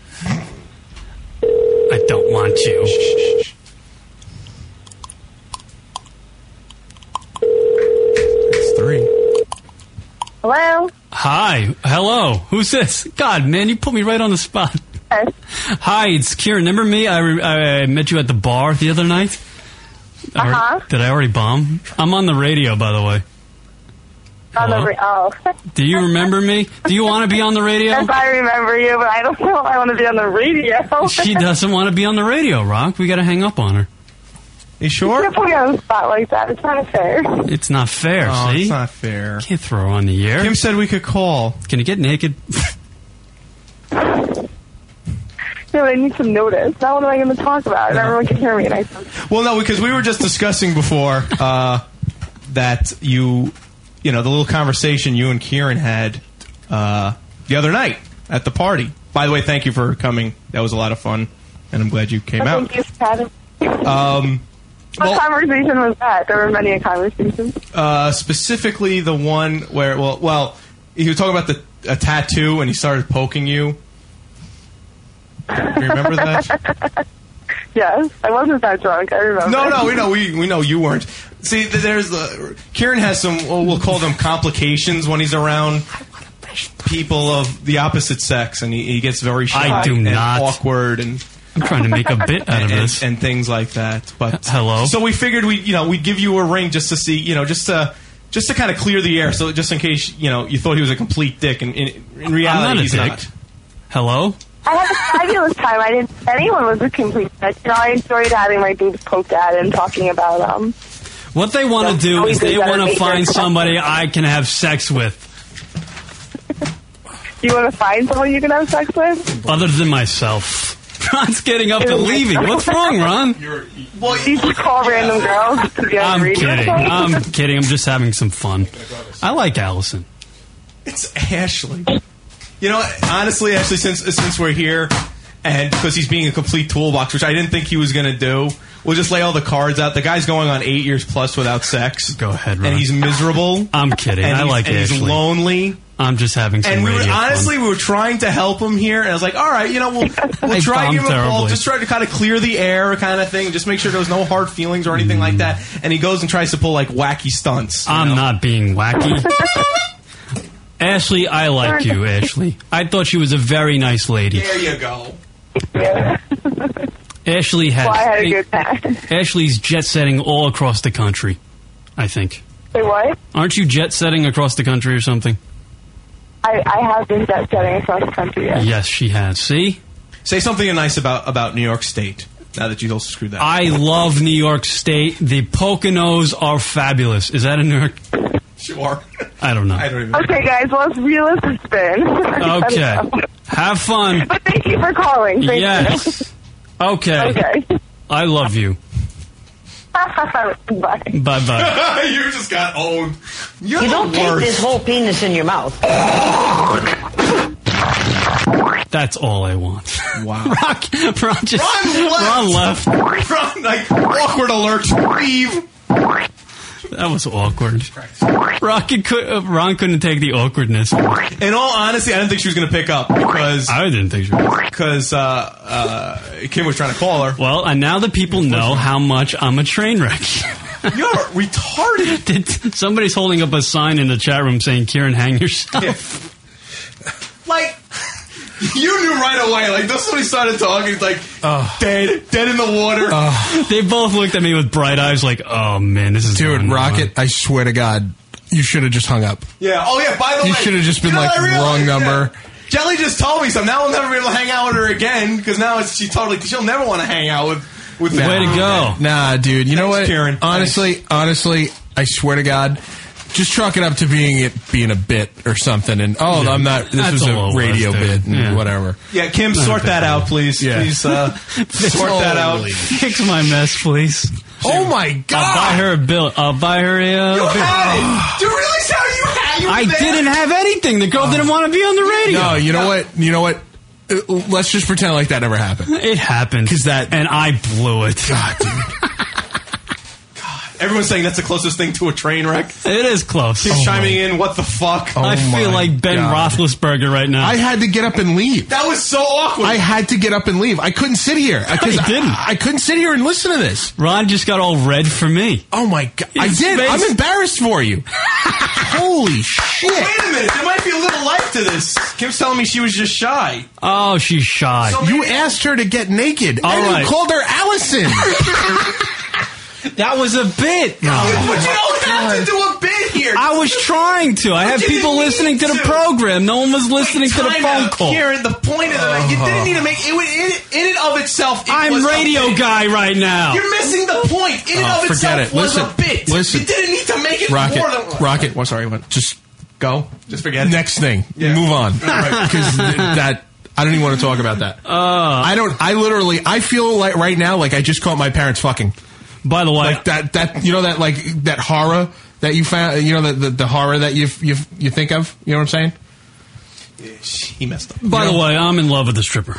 I don't want you.
It's three.
Hello?
Hi. Hello. Who's this? God, man, you put me right on the spot. Hi, it's Kieran. Remember me? I, re- I met you at the bar the other night. I re-
Uh-huh.
Did I already bomb? I'm on the radio, by the way.
On the
Hello?
ra- oh.
Do you remember me? Do you want to be on the radio?
Yes, I remember you, but I don't know if I want to be on the radio.
She
[LAUGHS]
doesn't want to be on the radio, Rock. We got to hang up on her.
You sure? [LAUGHS]
If we on the spot like that, it's not fair.
It's not fair.
Oh,
see,
it's not fair.
Can't throw her on the air. Kim
said we could call.
Can you get naked? [LAUGHS]
No, I need some notice. Now what am I going to talk about? And everyone can hear me. And I
Well, no, because we were just discussing before uh, that you, you know, the little conversation you and Kieran had uh, the other night at the party. By the way, thank you for coming. That was a lot of fun, and I'm glad you came
I
out.
think Oh, you had a-
Um,
What conversation was that? There were many conversations.
uh, specifically, the one where, well, well, he was talking about the a tattoo, and he started poking you. Do you remember that?
Yes, I wasn't that drunk. I remember.
No, no, we know we we know you weren't. See, th- there's the Kieran has some well, we'll call them complications when he's around people of the opposite sex, and he, he gets very shy
I do
and
not.
awkward and.
I'm trying to make a bit
[LAUGHS]
out of
and,
this.
and things like that. But
Hello?
So we figured we you know we'd give you a ring just to see you know just to just to kind of clear the air. So just in case you know you thought he was a complete dick, and in, in reality
I'm not a
he's
dick.
not.
Hello.
I had a fabulous time. I didn't. Anyone was a complete. dick. You know, I enjoyed having my boobs poked at and talking about um.
What they want to do
we
is
do
they
gotta
want
make
to
her
find
cry.
somebody I can have sex with,
You want to find someone you can have sex with?
other than myself. Ron's getting up and leaving. What's wrong, Ron?
Well, you just call random girls to be on
I'm
the radio.
kidding.
[LAUGHS]
I'm kidding. I'm just having some fun. I like Allison.
It's Ashley. You know, honestly, Ashley, since since we're here, and because he's being a complete toolbox, which I didn't think he was going to do, we'll just lay all the cards out. The guy's going on eight years plus without sex. Go
ahead,
and he's miserable.
I'm kidding.
And
I
he's-
like
and he's
Ashley.
lonely.
I'm just having some
And we were
radio fun.
honestly we were trying to help him here, and I was like, "All right, you know, we'll
I [LAUGHS]
we'll try to give him
bombed
a call,
terribly.
just try to kind of clear the air, kind of thing, just make sure there was no hard feelings or anything
Mm.
like that." And he goes and tries to pull like wacky stunts.
I'm not being wacky. Ashley, I like you, Ashley. I thought she was a very nice lady.
There you go.
Ashley had,
Well, I had a good time. [LAUGHS]
Ashley's jet setting all across the country, I think.
Say what?
Aren't you jet setting across the country or something?
I, I have been jet setting across the country. Yes.
Yes, she has. See?
Say something nice about about New York State. Now that you also screwed that. up.
I love New York State. The Poconos are fabulous. Is that in New York?
Sure. [LAUGHS]
I don't know. I
don't even
Okay, guys. Well, it's real as it's been.
Okay. Have fun.
[LAUGHS] But thank you for calling. Thank you.
Yes. Okay.
[LAUGHS] Okay. [LAUGHS]
I love you.
Bye.
Bye bye.
[LAUGHS] you just got owned. You're
you
the
don't
worst.
take
[LAUGHS]
this whole penis in your mouth.
That's all I want.
Wow.
[LAUGHS] Rock, Ron just Ron left.
Ron, like awkward alert. Leave.
That was awkward. Rocket could, uh, Ron couldn't take the awkwardness.
In all honesty, I didn't think she was going to pick up because
I didn't think she
was because uh, uh, Kim was trying to call her.
Well, and now the people know how much I'm a train wreck. [LAUGHS]
You're retarded. [LAUGHS]
Did, somebody's holding up a sign in the chat room saying, "Kieran, hang yourself."
Like you knew right away. Like this is when he started talking. He's like dead, dead in the water.
they both looked at me with bright eyes, like, "Oh man, this is
dude, Rocket. I swear to God, you should have just hung up.
yeah. Oh yeah. By the
You
way,
should have just been
know
like
what I realized?
wrong number.
Jelly just told me something. Now I'll never be able to hang out with her again because now it's, she totally she'll never want to hang out with with
Nah.
me.
[LAUGHS]
Nah, dude. You know
Thanks,
what?
Karen.
Honestly, honestly, I swear to God, just chalk it up to being it being a bit or something. And oh,
Yeah.
I'm not. This
That's
was
all
a
it was,
radio
dude.
bit and
Yeah.
whatever.
Yeah, Kim, sort that out, please.
[LAUGHS] Yeah.
Please uh, sort that out.
Fix my mess, please.
Oh my
I'll buy her a bill. I'll buy her a. Uh,
You
bill.
had it!
Do you realize how you had?
you
I
there?
didn't have anything. The girl
Oh.
didn't want to be on the radio.
No, you know what? You know what? Uh, Let's just pretend like that never happened.
It happened
because that
and I blew it.
God, dude.
Everyone's saying that's the closest thing to a train wreck.
It is close.
Oh,
Oh
Keep chiming in. What the fuck?
I feel like Ben Roethlisberger right now.
I had to get up and leave.
That was so awkward.
I had to get up and leave. I couldn't sit here. I, 'cause
No, you
I-
didn't.
I, couldn't sit here and listen to this.
Ron just got all red for me.
Oh my god! I
His
did.
face-
I'm embarrassed for you. Holy shit!
Wait a minute. There might be a little life to this. Kim's telling me she was just shy.
Oh, she's shy.
you asked her to get naked,
All
and
right.
you called her Allison.
that was a bit.
But you don't
Oh
have to do a bit here.
I was trying to. I
But
have
you
people
didn't
listening
need
to the
to.
program. No one was listening to the
Time
phone
out,
call.
Karen, the point of the night, you didn't need to make it. would- In, in and of itself, it
I'm
was a
radio
bit.
guy right now.
You're missing the point. In and of
Oh, forget
itself
it.
was
Listen,
a bit.
listen.
You didn't need to make it
Rocket,
more than
rocket. Well, sorry, what? Just
go. Just forget it.
Next thing, move on because that I don't even want to talk about that. I don't. I literally. I feel like right now, like I just caught my parents fucking.
By the way,
like that that you know that like that horror that you found. You know the the, the horror that you you you think of. You know what I'm saying?
He messed up.
By the way, I'm in love with the stripper.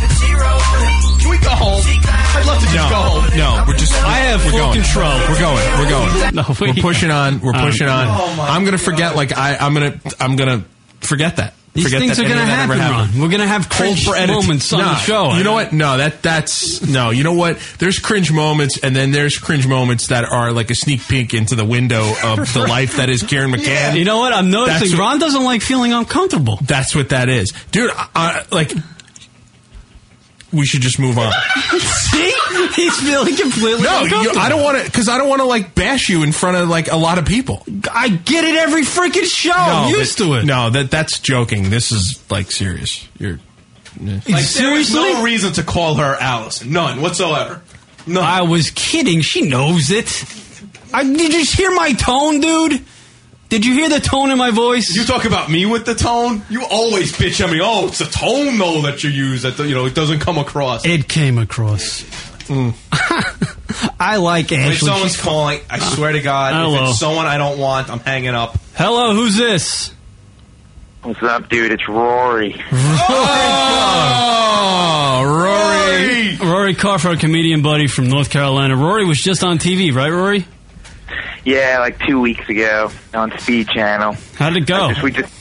Can we go home? I'd love to just go home.
No, we're just.
I have full control.
We're going. We're going.
[LAUGHS] No,
we're pushing on. We're
Um,
pushing on.
oh my
I'm gonna forget. Like I, I'm gonna. I'm gonna forget that.
These
forget
things
that
are
any
gonna
of that ever
happen,
happened.
Ron. We're gonna have cringe moments on
Nah,
the show.
You know what? No, that that's no. You know what? There's cringe moments, and then there's cringe moments that are like a sneak peek into the window of the
[LAUGHS]
life that is Karen McCann.
You know what? I'm noticing
That's what-
Ron doesn't like feeling
[LAUGHS]
uncomfortable.
That's what that is, dude. I, I, like, we should just
[LAUGHS]
move on.
See, he's feeling completely
No, you,
uncomfortable.
I don't want to because I don't want to like bash you in front of like a lot of people.
I get it every freaking show. I'm
No,
used
that-
to it.
No, that that's joking. This is like serious. You're yeah.
Like, There was no reason to call her Allison. None whatsoever. No,
I was kidding. She knows it. I, did you hear my tone, dude? Did you hear the tone in my voice?
You talk about me with the tone. You always bitch at me. Oh, it's the tone though that you use. That you know it doesn't come across.
It came across. [LAUGHS] I like
When
Ashley.
someone's
She's-
calling, I swear to God, if
hello.
it's someone I don't want, I'm hanging up.
Hello, who's this?
What's up, dude? It's Rory.
Oh, Rory. Rory Carford, comedian buddy from North Carolina. Rory was just on TV, right, Rory?
Yeah, like two weeks ago on Speed Channel.
How did it go?
I just- we just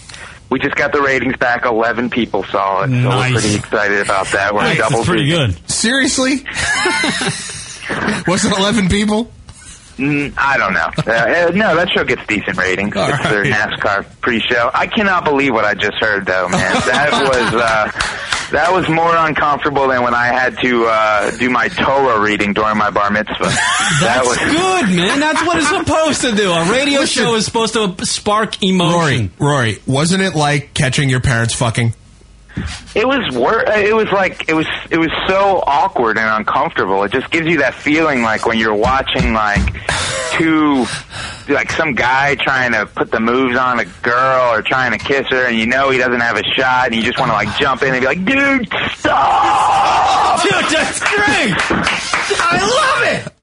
we just got the ratings back. Eleven people saw it, so
Nice.
we're pretty excited about that. We're in
Nice, that's
double
pretty good.
Seriously? [LAUGHS] Was it 11 people?
Mm, I don't know. Uh, uh, no, that show gets decent ratings. it's their NASCAR pre-show. I cannot believe what I just heard, though, man. That was uh, that was more uncomfortable than when I had to uh, do my Torah reading during my bar mitzvah. that was
Good, man. That's what it's supposed to do. A radio
Listen.
show is supposed to spark emotion.
Rory, Rory, wasn't it like catching your parents fucking?
It was wor- uh, It was like it was. It was so awkward and uncomfortable. It just gives you that feeling like when you're watching like two, like some guy trying to put the moves on a girl or trying to kiss her, and you know he doesn't have a shot, and you just want to like jump in and be like, "Dude, stop!"
Dude, that's great. I love it.